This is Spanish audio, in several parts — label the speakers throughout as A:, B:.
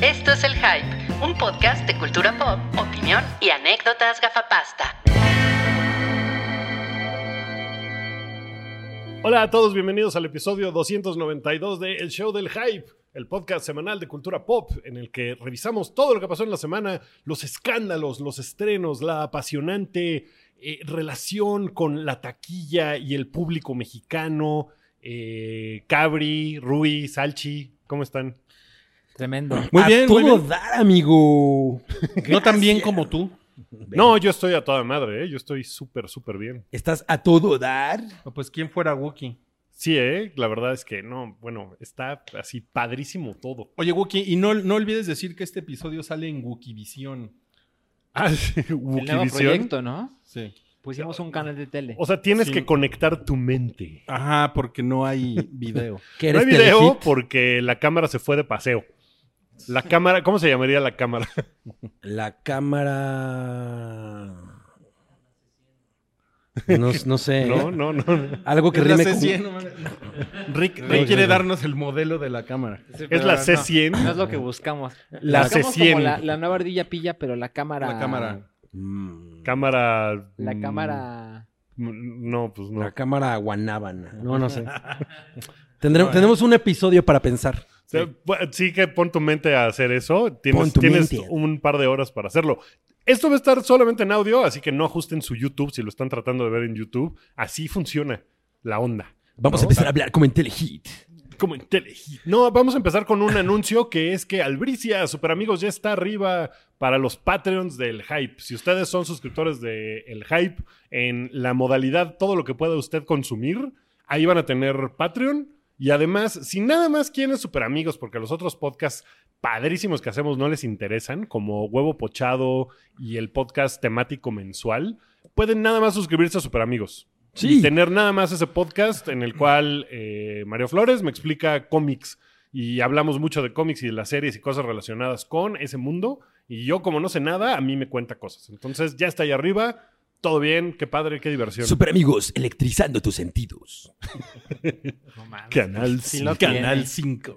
A: Esto es El Hype, un podcast de cultura pop, opinión y anécdotas gafapasta.
B: Hola a todos, bienvenidos al episodio 292 de El Show del Hype, el podcast semanal de cultura pop en el que revisamos todo lo que pasó en la semana, los escándalos, los estrenos, la apasionante eh, relación con la taquilla y el público mexicano. Eh, Cabri, Rui, Salchi, ¿cómo están?
C: Tremendo.
D: Muy
C: A
D: bien, muy
C: todo
D: bien.
C: dar, amigo.
D: No tan bien como tú.
B: No, yo estoy a toda madre, ¿eh? yo estoy súper, súper bien.
C: ¿Estás a todo dar?
D: O Pues quién fuera Wookie.
B: Sí, ¿eh? la verdad es que no, bueno, está así padrísimo todo.
D: Oye, Wookie, y no, no olvides decir que este episodio sale en Wookievisión.
B: Ah, sí,
C: El nuevo
B: Wikivisión.
C: proyecto, ¿no?
D: Sí.
C: Pusimos un canal de tele.
B: O sea, tienes
D: Sí.
B: que conectar tu mente.
D: Ajá, porque no hay video.
C: Que
B: No
C: eres
B: hay video
C: Telehit.
B: porque la cámara se fue de paseo. La cámara, ¿cómo se llamaría la cámara?
E: La cámara. No, no sé.
B: No, no, no. no.
E: Algo que
D: Es la
E: rime
D: C100,
E: con.
D: no mames.
B: Rick,
D: Rick
B: Rick-
D: quiere Ah, darnos el modelo de la cámara.
C: Sí,
B: es
C: pero
B: la
C: no, Ah.
B: C100.
C: No, es lo que buscamos.
B: La
C: Buscamos
B: C100.
C: como La, la nueva ardilla pilla, pero la cámara.
D: La cámara.
E: Mm,
B: cámara.
C: La
B: mm,
C: cámara.
B: mm, No, pues no.
E: La cámara guanábana. No, no sé. Tendremos,
B: eh.
E: tenemos un episodio para pensar.
B: O sea, pu- Sí. que pon tu mente a hacer eso. Tienes,
E: Pon tu
B: tienes
E: mente.
B: un par de horas para hacerlo. Esto va a estar solamente en audio, así que no ajusten su YouTube si lo están tratando de ver en YouTube. Así funciona la onda.
E: Vamos a empezar a hablar como en Telehit.
B: Como en Telehit. No, vamos a empezar con un anuncio que es que Albricia, super amigos, ya está arriba para los Patreons del Hype. Si ustedes son suscriptores de El Hype en la modalidad todo lo que pueda usted consumir, ahí van a tener Patreon. Y además, si nada más quieren super amigos, porque los otros podcasts padrísimos que hacemos no les interesan, como Huevo Pochado y el podcast temático mensual, pueden nada más suscribirse a super amigos. Y
E: Sí.
B: tener nada más ese podcast en el cual eh, Mario Flores me explica cómics y hablamos mucho de cómics y de las series y cosas relacionadas con ese mundo. Y yo, como no sé nada, a mí me cuenta cosas. Entonces, ya está ahí arriba. Todo bien, qué padre, qué diversión.
E: Super amigos, electrizando tus sentidos.
C: No mames.
B: Canal
C: Sí
B: Cin-
C: lo tiene.
D: Canal 5.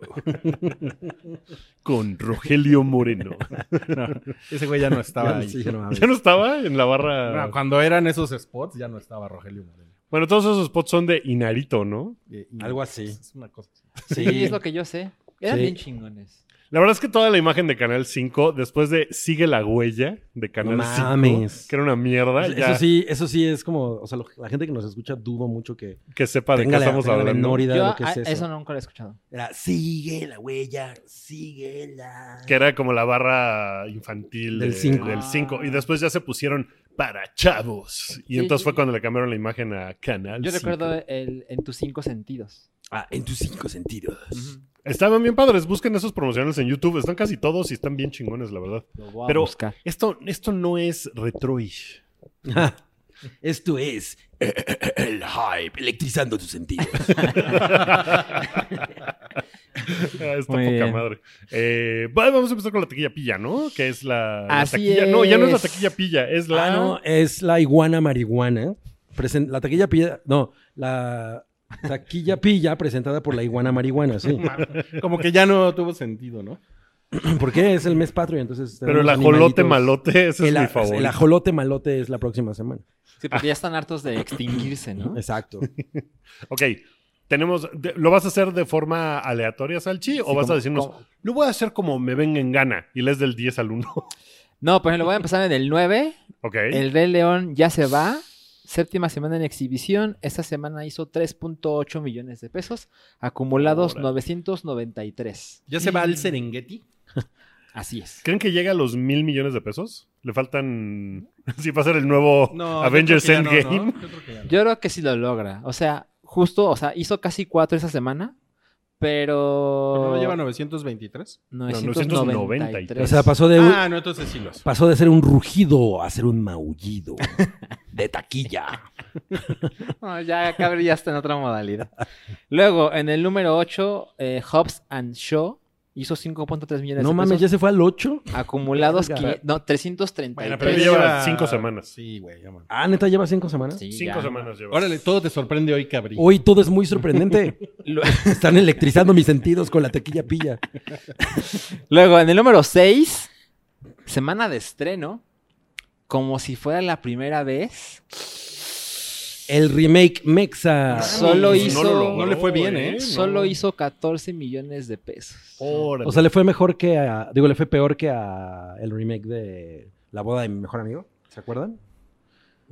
B: con Rogelio Moreno.
D: Ese güey ya no estaba ahí.
E: Sí, no mames.
B: ¿Ya no estaba en la barra?
D: No, cuando eran esos spots, ya no estaba Rogelio Moreno.
B: Bueno, todos esos spots son de Inarito, ¿no?
D: Eh, y-
E: Algo así.
D: Es una cosa.
C: Sí, es lo que yo sé. Eran
E: Sí.
C: bien chingones.
B: La verdad es que toda la imagen de Canal 5, después de Sigue la huella de Canal
E: No
B: 5,
E: mames. Pues
B: que era una mierda, ya
E: Eso sí, eso sí es como, o sea, lo- la gente que nos escucha dudo mucho que
B: que sepa de qué
E: tenga la,
B: estamos
E: tenga la
B: hablando.
E: menor idea de
C: Yo
E: lo que
C: a-
E: es eso.
C: eso. nunca lo he escuchado.
E: Era, sigue la huella, sigue la.
B: que era como la barra infantil
E: Del
B: de-
E: cinco.
B: del
C: Ah.
B: 5. Y después ya se pusieron para chavos. Y
C: Sí,
B: entonces
C: sí.
B: fue cuando le cambiaron la imagen a Canal.
C: Yo
B: cinco.
C: recuerdo el, en tus cinco sentidos.
E: Ah, en tus cinco sentidos.
B: Estaban bien padres. Busquen esos promocionales en YouTube. Están casi todos y están bien chingones, la verdad.
C: Lo voy a
B: Pero-
C: buscar.
B: Esto, esto no es retroish.
E: Esto es el hype, electrizando tus sentidos.
B: Ah, Está
C: Muy
B: poca
C: bien.
B: madre. Eh, va- vamos a empezar con la taquilla pilla, ¿no? Que es la, la
C: Así
B: taquilla. No, ya no es la
C: es.
B: taquilla pilla, es la.
E: Ah, no, es la iguana marihuana. Presen- la taquilla pilla, no, la taquilla pilla presentada por la iguana marihuana, sí.
D: Como que ya no tuvo sentido, ¿no?
E: Porque es el mes patrio, entonces.
B: Pero el
E: tenemos
B: ajolote
E: animalitos.
B: malote, ese
E: El,
B: es mi
E: a-
B: favorito.
E: el ajolote malote es la próxima semana.
C: Sí, porque ya están hartos de extinguirse, ¿no?
E: Exacto.
B: Ok, tenemos. de- ¿Lo vas a hacer de forma aleatoria, Salchi? ¿O vas a
C: como-
B: decirnos,
C: como-
B: lo voy a hacer como me venga en gana y les del 10 al 1?
C: No, pues lo voy a empezar en el 9.
B: ok.
C: El Rey León ya se va. Séptima semana en exhibición. Esta semana hizo 3.8 millones de pesos. Acumulados
B: Órale. Mm.
C: 993.
D: Ya se va al Serengeti.
C: Así es.
B: ¿Creen que llega a los mil millones de pesos? ¿Le faltan. si va a ser el nuevo
D: No,
B: Avengers
D: yo creo que ya
B: Endgame?
D: no, ¿no? Yo creo que ya no.
C: Yo creo que sí lo logra. O sea, justo, o sea, hizo casi 4 esa semana. Pero.
D: ¿No
B: Oh.
D: lleva 923?
C: 993.
E: O sea, pasó de,
D: Ah, no, entonces sí lo hace.
E: pasó de ser un rugido a ser un maullido de taquilla.
C: No, ya Cabri ya está en otra modalidad. Luego, en el número 8, Hobbs eh, and Shaw hizo 5.3 millones
E: No
C: de
E: mames, ya
C: pesos.
E: se fue al 8.
C: Acumulados
E: Verga.
C: quinien- no, 333.
B: Bueno, pero ya lleva cinco semanas.
D: Sí, güey, ya, man.
E: Ah, neta, lleva cinco semanas.
C: Sí,
B: Cinco
C: ya.
B: semanas lleva.
D: Órale, todo te sorprende hoy, cabrón.
E: Hoy todo es muy sorprendente. Lo- Están electrizando mis sentidos con la tequilla pilla.
C: Luego, en el número 6, semana de estreno, como si fuera la primera vez,
E: El remake Mexa.
C: solo
B: No
C: hizo-
B: lo logró,
D: no Oh, le fue bien, ¿eh?
B: no.
C: solo hizo 14 millones de pesos.
B: Órale.
E: O sea, le fue mejor que a. Digo, le fue peor que a el remake de La boda de mi mejor amigo. ¿Se acuerdan?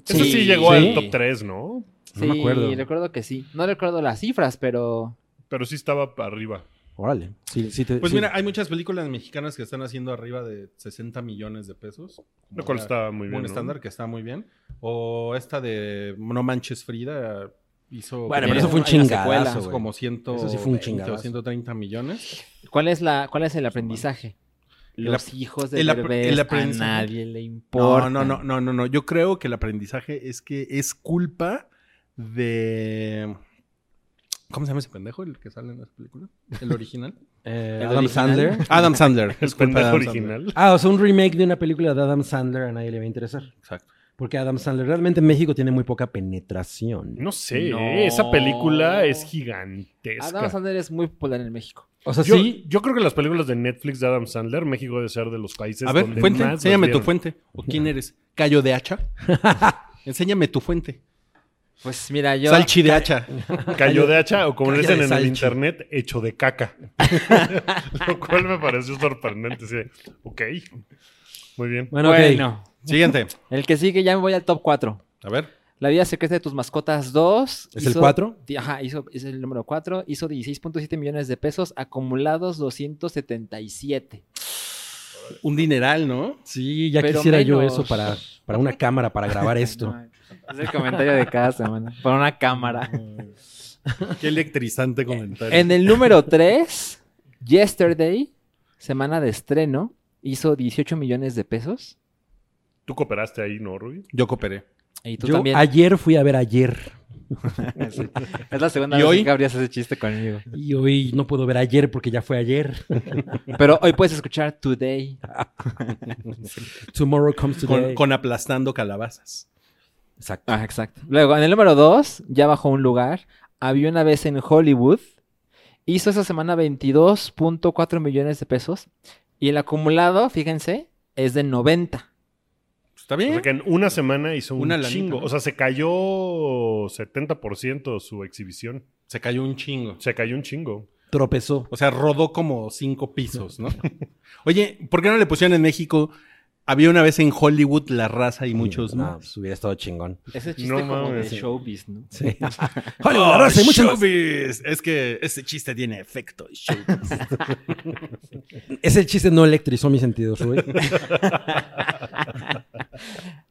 B: Eso sí,
C: Sí.
B: llegó
E: Sí.
B: al top 3, ¿no?
E: No me
C: Sí,
E: acuerdo.
C: recuerdo que sí. No recuerdo las cifras, pero
B: Pero sí estaba para arriba.
E: Órale. Sí, sí te-
D: Pues
E: sí.
D: mira, hay muchas películas mexicanas que están haciendo arriba de 60 millones de pesos.
B: Lo cual
D: Como
B: estaba muy
D: un
B: bien. ¿no?
D: estándar que está muy bien. O esta de No Manches Frida hizo.
E: Bueno,
C: pero eso fue
E: un
D: hay una
E: chingadazo,
D: secuela,
E: güey.
D: Como 100,
E: Eso sí fue un chingadazo.
D: 130 millones.
C: ¿cuál es, la, cuál es el aprendizaje?
D: El
C: Los
D: ap-
C: hijos de
D: el ap-
C: Derbez
D: el
C: a
D: aprendizaje.
C: nadie le importa.
D: No, no, no, no, no, no. Yo creo que el aprendizaje es que es culpa de. ¿Cómo se llama ese pendejo el que sale en las películas? El original.
E: Eh,
C: ¿El
E: Adam
C: original?
E: Sandler.
D: Adam Sandler.
B: El
D: Es culpa de
B: pendejo
D: Adam Sandler.
B: original.
E: Ah, o sea, un remake de una película de Adam Sandler a nadie le va a interesar.
D: Exacto.
E: Porque Adam Sandler realmente en México tiene muy poca penetración.
B: No sé,
C: No.
B: ¿eh? esa película es gigantesca.
C: Adam Sandler Ah, es muy popular en México.
E: O sea,
B: yo,
E: sí.
B: yo creo que las películas de Netflix de Adam Sandler, México debe ser de los países
D: A ver,
B: donde
D: fuente,
B: más las
D: enséñame tu
B: vieron.
D: fuente. ¿O quién eres? ¿Callo de hacha? enséñame tu fuente.
C: Pues mira, yo...
D: Salchi de hacha.
B: Cayó de hacha o como le
E: Calla
B: dicen
E: de
B: en el
E: salchi.
B: internet, hecho de caca. Lo cual me pareció sorprendente. sí. Ok. Muy bien.
E: Bueno, ok.
C: Bueno,
D: Siguiente.
C: el que sigue ya me voy al top 4.
D: A ver.
C: La vida secreta de tus mascotas 2.
E: ¿Es el 4?
C: Di- Ajá, hizo, es el número 4. Hizo 16.7 millones de pesos, acumulados 277.
D: Un dineral, ¿no?
E: Sí, ya
C: Pero
E: quisiera yo
C: menos.
E: eso para, para una cámara, para grabar esto.
C: Es el comentario de cada semana. Por una cámara.
D: Qué electrizante comentario.
C: En el número 3, Yesterday, semana de estreno, hizo 18 millones de pesos.
B: Tú cooperaste ahí, ¿no, Ruby?
D: Yo cooperé.
C: Y tú
E: Yo
C: también.
E: ayer fui a ver ayer.
C: Sí. Es la segunda
D: ¿Y
C: vez
D: hoy?
C: que habrías ese chiste conmigo.
E: Y hoy no puedo ver ayer porque ya fue ayer.
C: Pero hoy puedes escuchar Today.
E: Tomorrow comes today.
D: Con, con aplastando calabazas.
E: Exacto.
C: Ah, exacto. Luego, en el número 2, ya bajó un lugar. Había una vez en Hollywood. Hizo esa semana 22.4 millones de pesos. Y el acumulado, fíjense, es de 90.
D: ¿Está
B: O sea
D: bien?
B: que en una semana hizo un
D: Una lanita,
B: chingo.
D: ¿no?
B: O sea, se cayó 70% su exhibición.
D: Se cayó un chingo.
B: Se cayó un chingo.
E: Tropezó.
D: O sea, rodó como cinco pisos, ¿no? Oye, ¿por qué no le pusieron en México? Había una vez en Hollywood la raza y muchos
E: No,
D: más.
E: pues hubiera estado chingón.
C: Ese
B: chiste No como mames. de
C: showbiz, ¿no?
E: Sí. Hollywood, la raza y muchos más.
D: showbiz! Es que ese chiste tiene efecto. showbiz.
E: Ese chiste no electrizó mis sentidos, Rui.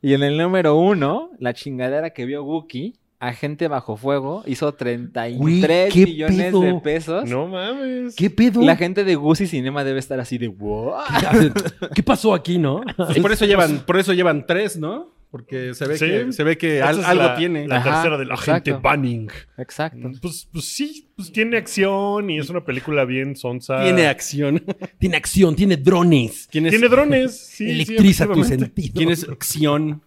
C: Y en el número 1, la chingadera que vio Wookie, Agente Bajo Fuego, hizo 33
E: Güey, ¿qué
C: millones
E: pedo?
C: de pesos.
B: No mames.
E: ¿Qué pedo?
C: La gente de Gucci Cinema debe estar así de wow.
E: ¿Qué pasó aquí, no?
D: Y por eso llevan, por eso llevan tres, ¿no? Porque se ve
B: Sí.
D: que, se ve que al-
B: Esta es
D: algo
B: la-
D: tiene.
B: La
C: Ajá,
B: tercera de la gente
C: exacto.
B: Banning.
C: Exacto.
B: Pues, pues sí, pues tiene acción y es una película bien sonsa.
D: Tiene acción.
E: Tiene acción, tiene drones.
D: Tienes,
B: Tiene drones. Sí, sí,
E: Electriza tus
B: efectivamente.
E: sentidos.
D: tienes acción.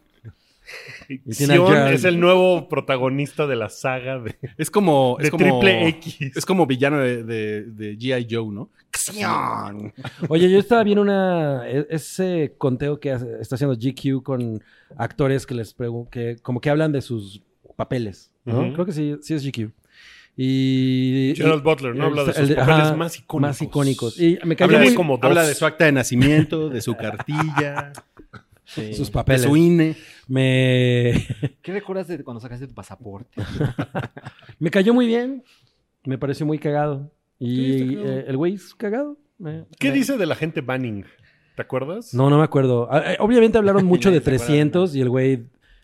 E: Y tiene
B: Sion
E: a Jar-
B: es el nuevo protagonista de la saga de,
D: Es como.
B: de
D: es como-
B: Triple X.
D: Es como villano de, de, de G.I. Joe, ¿no? ¡Acción!
E: Oye, yo estaba viendo una e- ese conteo que hace- está haciendo GQ con actores que les pregun- que como que hablan de sus papeles, ¿no?
B: Ujú.
E: Creo que sí, sí es GQ. Y
B: Gerald Butler, ¿no?
E: el-
B: Habla de
E: el
B: sus
E: de-
B: papeles
E: ajá,
B: más icónicos.
E: más icónicos. Y me cayó
B: Habla
E: muy
B: de como dos.
D: Habla de su acta de nacimiento, de su cartilla,
E: sus
D: de
E: papeles.
D: su E. INE.
E: Me
C: ¿Qué recuerdas de cuando sacaste tu pasaporte?
E: me cayó muy bien. Me pareció muy cagado.
B: Sí,
E: Y
B: está cagado.
E: eh, el güey es cagado. Me-
B: ¿Qué
E: me-
B: dice de la gente Banning? ¿Te acuerdas?
E: No, no me acuerdo. Ah, eh, Obviamente hablaron mucho de
D: Nadie se acuerda de
E: 300 y el güey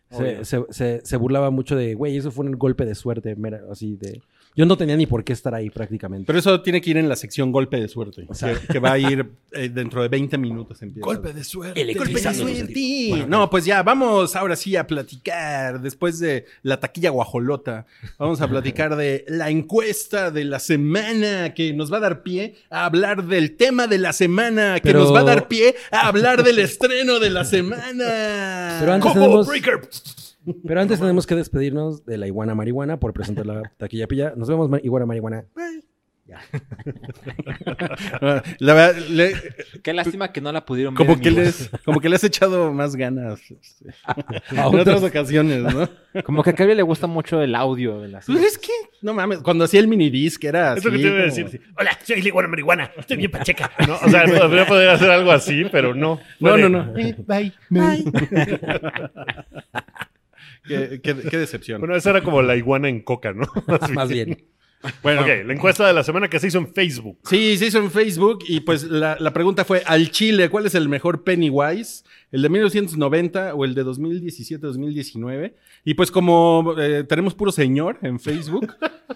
E: se,
C: Obvio.
E: se- se- se burlaba mucho de, güey, eso fue un golpe de suerte, mera, así de... Yo no tenía ni por qué estar ahí prácticamente.
D: Pero eso tiene que ir en la sección golpe de suerte.
E: Exacto.
D: Que, que va a ir eh, dentro de 20 minutos. Empieza.
B: de suerte.
D: suerte. No, pues ya, vamos ahora sí a platicar. Después de la taquilla guajolota, vamos a platicar de la encuesta de la semana que nos va a dar pie a hablar del tema de la semana, que
E: Pero-
D: nos va a dar pie a hablar del estreno de la semana.
E: Pero antes
D: Combo
E: tenemos-
D: Breaker.
E: Pero antes tenemos que despedirnos de la iguana marihuana por presentar la taquilla pilla. Nos vemos, ma- iguana marihuana.
D: Ah, La verdad, le-
C: Qué lástima que no la pudieron ver.
D: como, que
C: amigos.
D: les, como que le has echado más ganas este, en
E: otras.
D: otras ocasiones, ¿no?
C: Como que a Kevin le gusta mucho el audio de las.
D: Pues es que, no mames, cuando hacía el minidisc era así.
B: Es lo que te iba a
D: como-
B: decir. sí. Hola, soy iguana marihuana. Estoy bien pacheca. ¿No? O sea, podría poder hacer algo así, pero no.
D: No,
B: Fue
D: no,
B: de-
D: no.
E: bye.
D: Qué, qué- qué decepción.
B: Bueno, esa era como la iguana en coca, ¿no?
E: Más bien.
D: Bueno,
B: Ok, la encuesta de la semana que se hizo en Facebook.
D: sí, se hizo en Facebook y pues la, la pregunta fue, al Chile, ¿cuál es el mejor Pennywise? ¿El de 1990 o el de 2017-2019? Y pues como eh, tenemos puro señor en Facebook,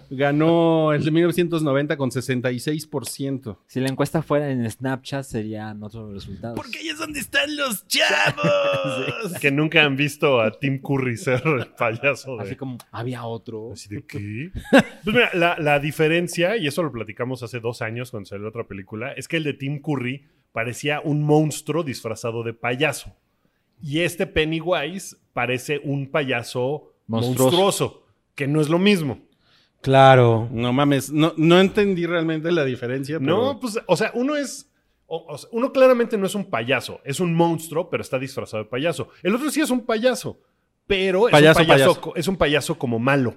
D: ganó el de 1990 con 66%.
C: Si la encuesta fuera en Snapchat, serían otros resultados.
D: Porque ahí es donde están los chavos.
B: Que nunca han visto a Tim Curry ser el payaso de...
C: Así como había otro.
B: Así de qué. Pues mira, la, la diferencia, y eso lo platicamos hace dos años cuando salió la otra película, es que el de Tim Curry parecía un monstruo disfrazado de payaso. Y este Pennywise parece un payaso monstruoso,
C: Monstruoso.
B: que no es lo mismo.
E: Claro.
D: No mames, no, no entendí realmente la diferencia.
B: No,
D: No,
B: pues, o sea, uno es. o- o sea, uno claramente no es un payaso, es un monstruo, pero está disfrazado de payaso. El otro sí es un payaso, pero es,
D: Payaso,
B: un, payaso,
D: payaso.
B: co- es un payaso como malo.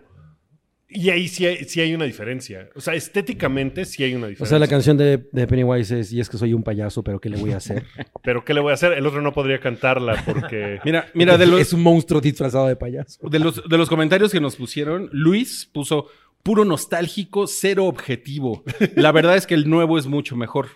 B: Y ahí sí, hay- sí hay una diferencia. O sea, estéticamente sí hay una
E: O
B: diferencia.
E: sea, la canción de, de Pennywise es Y es que soy un payaso, pero ¿qué le voy a hacer?
B: Pero ¿qué le voy a hacer? El otro no podría cantarla porque.
D: Mira, mira, de los,
E: Es un monstruo disfrazado de payaso.
D: De los, de los comentarios que nos pusieron, Luis puso puro nostálgico, cero objetivo. La verdad es que el nuevo es mucho mejor.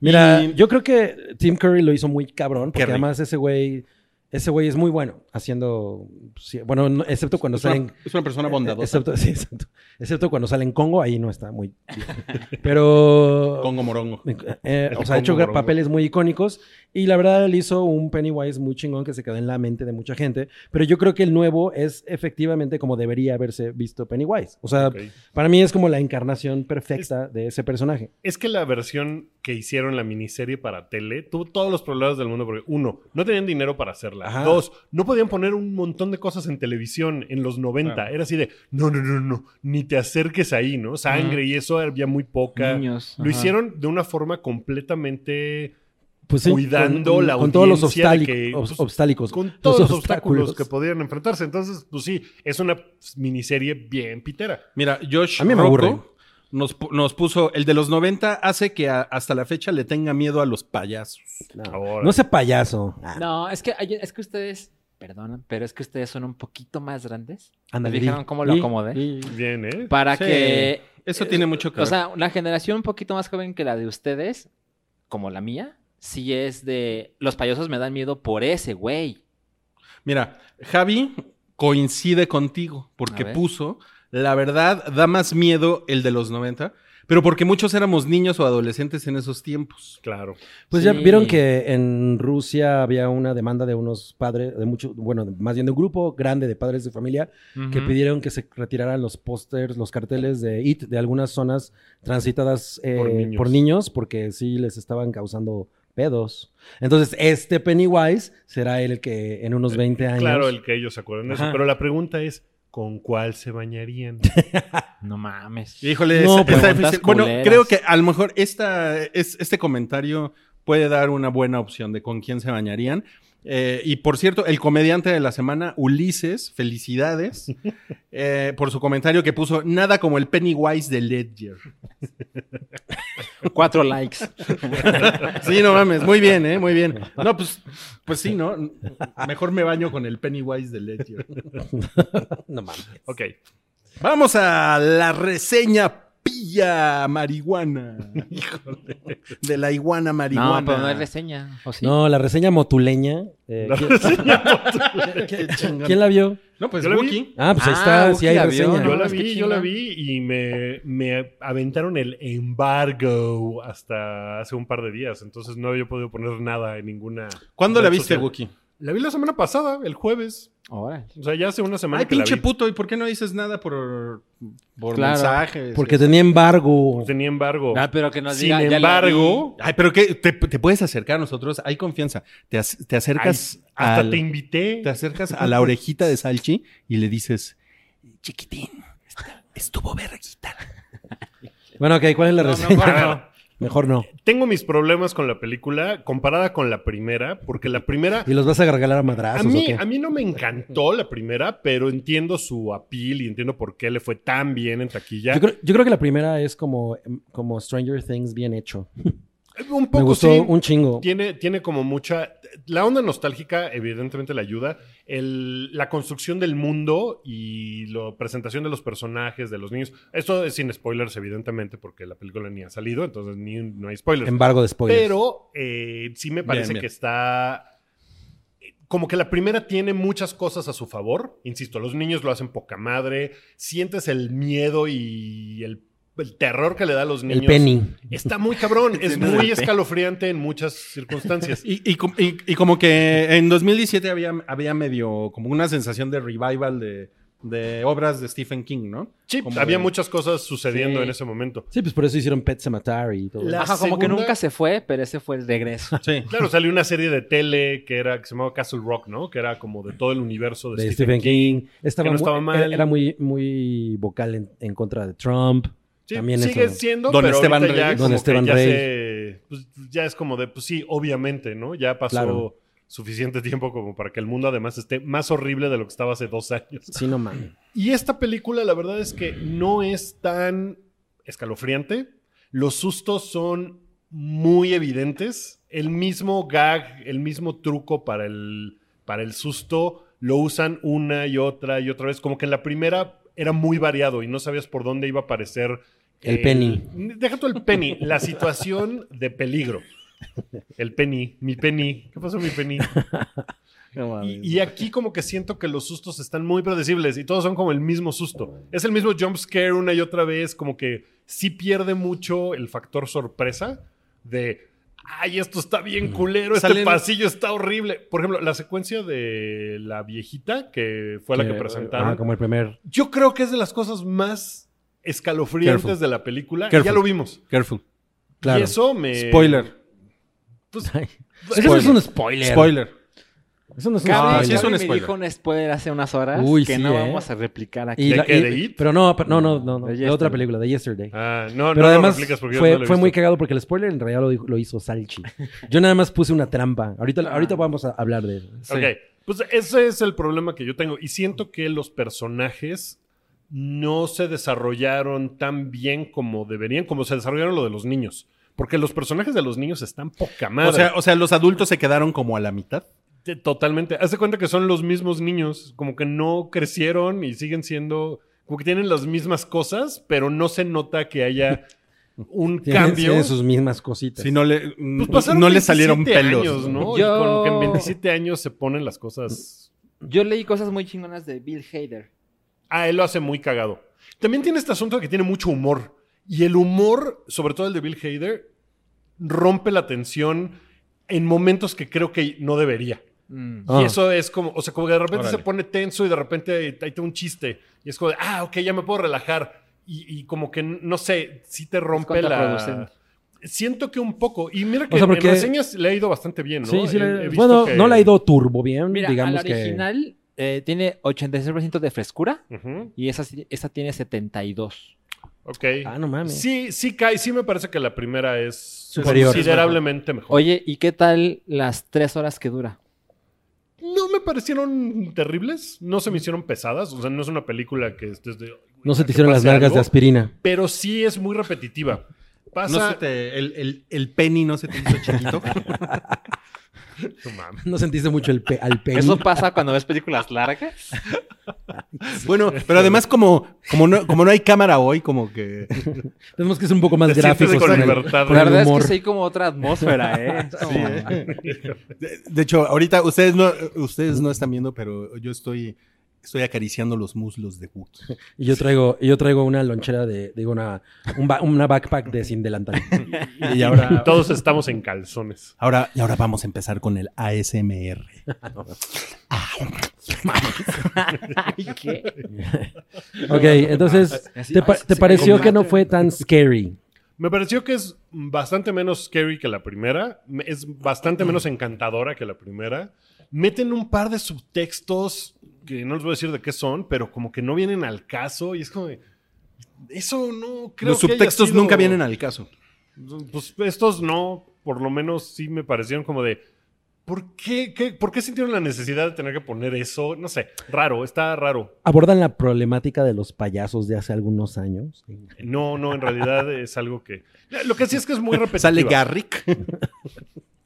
E: Mira,
D: Y-
E: yo creo que Tim Curry lo hizo muy cabrón, porque
D: Curry.
E: además ese güey, ese güey es muy bueno haciendo, sí, bueno, no- excepto cuando
D: es, una,
E: salen,
D: es una persona bondadosa.
E: excepto, sí, exacto. excepto cuando salen Congo, ahí no está muy, pero
D: Congo Morongo.
E: Eh,
B: El
E: o sea, ha hecho
B: Congo
E: gra-
B: Morongo.
E: papeles muy icónicos y la verdad él hizo un Pennywise muy chingón que se quedó en la mente de mucha gente, pero yo creo que el nuevo es efectivamente como debería haberse visto Pennywise. O sea,
B: Ok.
E: para mí es como la encarnación perfecta de ese personaje.
B: Es que la versión que hicieron la miniserie para tele tuvo todos los problemas del mundo porque, uno, no tenían dinero para hacerla.
D: Ajá.
B: Dos, no podían poner un montón de cosas en televisión en los 90.
D: Claro.
B: Era así de, no, no, no, no, ni te acerques ahí, ¿no? Sangre y eso había muy poca.
C: Niños.
B: Lo
C: ajá.
B: hicieron de una forma completamente...
E: Pues
B: Cuidando la
E: con todos los
B: audiencia de
E: obstálicos,
B: que, pues,
E: obstálicos,
B: Con todos los obstáculos que podían enfrentarse. Entonces, pues sí, es una miniserie bien pitera.
D: Mira, Josh
E: A mí me
D: Rocco
E: aburre.
D: Nos, pu- nos puso, el de los 90 hace que a- hasta la fecha le tenga miedo a los payasos.
E: no,
B: Ahora.
E: no sé payaso.
C: Ah, No, es que, hay- es que ustedes. Perdonan, pero es que ustedes son un poquito más grandes.
E: Ándale,
C: ¿Me dijeron
E: di,
C: cómo lo
E: di,
C: acomodé?
E: di.
B: Bien, ¿eh?
C: Para
D: Sí,
C: que.
D: eso tiene mucho que
C: O
D: ver.
C: sea, la generación un poquito más joven que la de ustedes, como la mía, sí es de. Los payosos me dan miedo por ese, güey.
D: Mira, Javi coincide contigo porque
C: A ver.
D: puso, la verdad, da más miedo el de los 90, pero porque muchos éramos niños o adolescentes en esos tiempos.
B: Claro.
E: Pues ya
C: Sí.
E: vieron que en Rusia había una demanda de unos padres, de muchos, bueno, de- más bien de un grupo grande de padres de familia que pidieron que se retiraran los pósters, los carteles de IT de algunas zonas transitadas eh,
B: Por
E: por,
B: niños.
E: niños. porque sí les estaban causando pedos. Entonces, este Pennywise será el que en unos 20 años...
B: Eh, Claro, el que ellos se acuerdan de eso.
E: Ajá.
B: Pero la pregunta es, ¿con cuál se bañarían?
C: No mames.
D: Híjole,
E: No,
D: esa-
E: pues,
D: está
C: preguntas
D: difícil. Bueno,
C: culeras.
D: creo que a lo mejor esta, es, este comentario puede dar una buena opción de con quién se bañarían. Eh, y por cierto, el comediante de la semana, Ulises, felicidades eh, por su comentario que puso nada como el Pennywise de Ledger.
C: Cuatro likes.
D: Sí, no mames, muy bien, ¿eh? Muy bien. No, pues, pues sí, ¿no? Mejor me baño con el Pennywise de Ledger.
E: No mames.
B: ok.
D: Vamos a la reseña capilla marihuana. Híjole. De la iguana marihuana.
C: No, pero no hay reseña. ¿o sí?
E: No, la reseña motuleña. eh,
B: La
E: ¿quién,
B: reseña.
D: Qué chingón.
E: quién la vio?
D: No, pues
B: Yo la vi.
D: Wookie.
E: Ah, pues ahí
C: Ah,
E: está,
C: Wookie
E: sí hay
C: la vio,
E: reseña.
B: Yo la
C: es que
B: vi, yo la
C: chinga.
B: vi y me, me aventaron el embargo hasta hace un par de días. Entonces no había podido poner nada en ninguna.
D: ¿Cuándo la
B: red
D: viste,
B: social.
D: Wookie?
B: La vi la semana pasada, el jueves.
C: Órale.
B: O sea, ya hace una semana
D: Ay,
B: que la
D: pinche
B: vi.
D: puto, ¿y por qué no dices nada por, por
C: Claro,
D: mensajes?
E: Porque tenía embargo.
B: Tenía embargo.
C: Ah, pero que nos
B: Sin
C: diga, ya la
B: embargo,
D: Ay, pero que te, te puedes acercar a nosotros, hay confianza. Te, ac- te acercas
B: ay, hasta
D: al-
B: te invité.
D: te acercas a la orejita de Salchi y le dices, chiquitín, estuvo verguita.
E: Bueno, ok, ¿cuál es la
D: No, no,
E: reseña?
D: bueno.
E: Mejor no.
B: Tengo mis problemas con la película comparada con la primera, porque la primera.
E: ¿Y los vas a regalar a
B: A
E: madrazos o
B: mí,
E: qué?
B: a mí no me encantó la primera, pero entiendo su apil y entiendo por qué le fue tan bien en taquilla.
E: Yo creo, yo creo que la primera es como, em, como Stranger Things bien hecho.
B: un poco
E: Me gustó
B: sí.
E: un chingo.
B: Tiene, tiene como mucha. La onda nostálgica, evidentemente, le ayuda. El- la construcción del mundo y la presentación de los personajes, de los niños. Esto es sin spoilers, evidentemente, porque la película ni ha salido, entonces ni, no hay spoilers.
E: Embargo de spoilers.
B: Pero eh, sí me parece
D: Bien, bien.
B: que está. eh, Como que la primera tiene muchas cosas a su favor. Insisto, los niños lo hacen poca madre. Sientes el miedo y el, el terror que le da a los niños.
E: el Penny.
B: Está muy cabrón, es
D: Sí, no,
B: muy
D: sí.
B: escalofriante en muchas circunstancias.
D: Y, y com- y- y como que en 2017 había, había medio como una sensación de revival de, de obras de Stephen King, ¿no?
B: Sí,
D: Como
B: había
D: de-
B: muchas cosas sucediendo
C: Sí.
B: en ese momento.
E: Sí, pues por eso hicieron Pet Sematary y todo.
B: La-
C: Ajá, como que
B: segunda-
C: nunca se fue, pero ese fue el regreso.
D: Sí.
B: Claro, salió una serie de tele que era que se llamaba Castle Rock, ¿no? Que era como de todo el universo de,
E: de
B: Stephen,
E: Stephen
B: King.
E: King. Estaba
B: que no
E: mu-
B: estaba mal.
E: Era, era muy, muy vocal en, en contra de Trump.
B: Sí,
E: También
B: sigue
E: eso.
B: siendo,
D: Don
B: pero
D: Esteban
B: ahorita ya
D: Rey.
B: como
E: Don
B: que
E: Esteban
B: ya
E: Rey.
B: se- pues, ya es como de, pues sí, obviamente, ¿no? Ya pasó
E: Claro.
B: suficiente tiempo como para que el mundo además esté más horrible de lo que estaba hace dos años.
E: Sí, no mames.
B: Y esta película, la verdad es que no es tan escalofriante. Los sustos son muy evidentes. El mismo gag, el mismo truco para el, para el susto, lo usan una y otra y otra vez. Como que en la primera era muy variado y no sabías por dónde iba a aparecer.
E: El penny.
B: Deja tú el penny, la situación de peligro. El penny, mi penny. ¿Qué pasó, mi penny? Y, y aquí como que siento que los sustos están muy predecibles y todos son como el mismo susto. Es el mismo jump scare una y otra vez, como que sí pierde mucho el factor sorpresa de, ay, esto está bien culero, este
D: Salen-
B: pasillo está horrible. Por ejemplo, la secuencia de la viejita, que fue la que
E: Eh,
B: presentaron,
E: Ah, como el primer.
B: yo creo que es de las cosas más escalofriantes
D: Careful.
B: de la película.
D: Careful.
B: Ya lo vimos.
D: Careful.
E: Claro.
B: Y eso eh, me...
D: Spoiler.
B: Pues,
E: Es que eso es
D: Spoiler.
E: un spoiler.
D: Spoiler.
E: Eso no es un
C: Gaby,
D: No,
E: spoiler.
D: sí es un
C: Gaby me
D: spoiler.
C: dijo un spoiler hace unas horas
E: Uy,
C: que
E: sí,
C: no
E: ¿eh?
C: vamos a replicar aquí.
E: Y
B: ¿De
E: la-
B: qué?
E: y-
B: ¿De It?
E: Pero no, pero- no, no, no. no,
C: De
E: de otra
C: Yesterday.
E: película, de Yesterday.
B: Ah, no,
E: Pero
B: no,
E: además
B: lo explicas porque yo no
E: fue,
B: lo he
E: fue muy
B: visto.
E: cagado porque el spoiler en realidad lo, dijo- lo hizo Salchi. Yo nada más puse una trampa. Ahorita, ahorita vamos a hablar de eso.
C: Sí.
B: Ah. Ok, pues ese es el problema que yo tengo. Y siento que los personajes no se desarrollaron tan bien como deberían, como se desarrollaron lo de los niños. Porque los personajes de los niños están poca madre.
D: O sea, o sea, los adultos se quedaron como a la mitad.
B: Te- totalmente. Haz de cuenta que son los mismos niños, como que no crecieron y siguen siendo, como que tienen las mismas cosas, pero no se nota que haya un
E: Tienen-
B: cambio.
E: tienen sus mismas cositas.
D: Si no le, mm,
B: Pues pasaron
D: no le salieron
B: 27
D: pelos.
B: años, ¿no? Y
C: Yo-
B: como que en 27 años se ponen las cosas
C: Yo leí cosas muy chingonas de Bill Hader.
B: Ah, él lo hace muy cagado. También tiene este asunto de que tiene mucho humor. Y el humor, sobre todo el de Bill Hader, rompe la tensión en momentos que creo que no debería.
C: Mm.
E: Ah.
B: Y eso es como, o sea, como que de repente
D: Órale.
B: se pone tenso y de repente ahí te da un chiste. Y es como, de, ah, ok, ya me puedo relajar. Y, y como que, no sé, sí te rompe la...
C: contraproducente.
B: Siento que un poco. Y mira que
E: sea, porque-
B: en reseñas le ha ido bastante bien, ¿no?
E: Sí, sí,
B: He-
E: le-
B: he visto
E: bueno,
B: que-
E: no le ha ido turbo bien,
C: Mira,
E: digamos
C: al
E: que.
C: original eh, tiene 86% de frescura
B: Ujú,
C: y esa, sí- esa tiene 72.
B: Ok.
E: Ah, no mames.
B: Sí, sí cae, sí me parece que la primera es
E: Superior.
B: considerablemente mejor.
C: Oye, ¿y qué tal las tres horas que dura?
B: No me parecieron terribles, no se me hicieron pesadas, o sea, no es una película que estés de-
E: no se te
B: que
E: hicieron las
B: pase
E: nalgas
B: algo,
E: de aspirina.
B: Pero sí es muy repetitiva. Pasa.
D: No se te- el, el- el penny no se te hizo chiquito.
B: No mames.
E: No sentiste mucho el pe- al pene.
C: ¿Eso pasa cuando ves películas largas?
D: Bueno, pero además como, como, no, como no hay cámara hoy, como que...
E: Tenemos que ser un poco más
B: Te sientes
E: gráficos.
B: con
E: con el-
B: libertad.
E: con
B: Por
C: La
E: el
C: verdad es
E: humor.
C: que sí hay como otra atmósfera, ¿eh? Es como-
D: De, de hecho, ahorita ustedes no, ustedes no están viendo, pero yo estoy, estoy acariciando los muslos de Wookie.
E: Y yo traigo, y yo traigo una lonchera de, digo, una, un ba- una backpack de sin delantal.
D: Y ahora,
B: Todos estamos en calzones.
D: ahora, y ahora vamos a empezar con el ASMR.
E: ok,
B: Ah,
E: entonces,
C: Así-
E: ¿te, pa-
C: así
E: te
C: se
E: pareció que
C: combate.
E: no fue tan scary?
B: Me pareció que es bastante menos scary que la primera. Me- Es bastante menos encantadora que la primera. Meten un par de subtextos que no les voy a decir de qué son, pero como que no vienen al caso. Y es como. de, Eso no creo
D: los
B: que haya
D: subtextos
B: sido-
D: nunca vienen al caso.
B: Pues estos no, por lo menos sí me parecieron como de. ¿Por qué, qué- ¿Por qué sintieron la necesidad de tener que poner eso? No sé, raro, está raro.
E: ¿Abordan la problemática de los payasos de hace algunos años?
B: No, no, en realidad es algo que. Lo que sí es que es muy repetitivo.
D: Sale Garrick,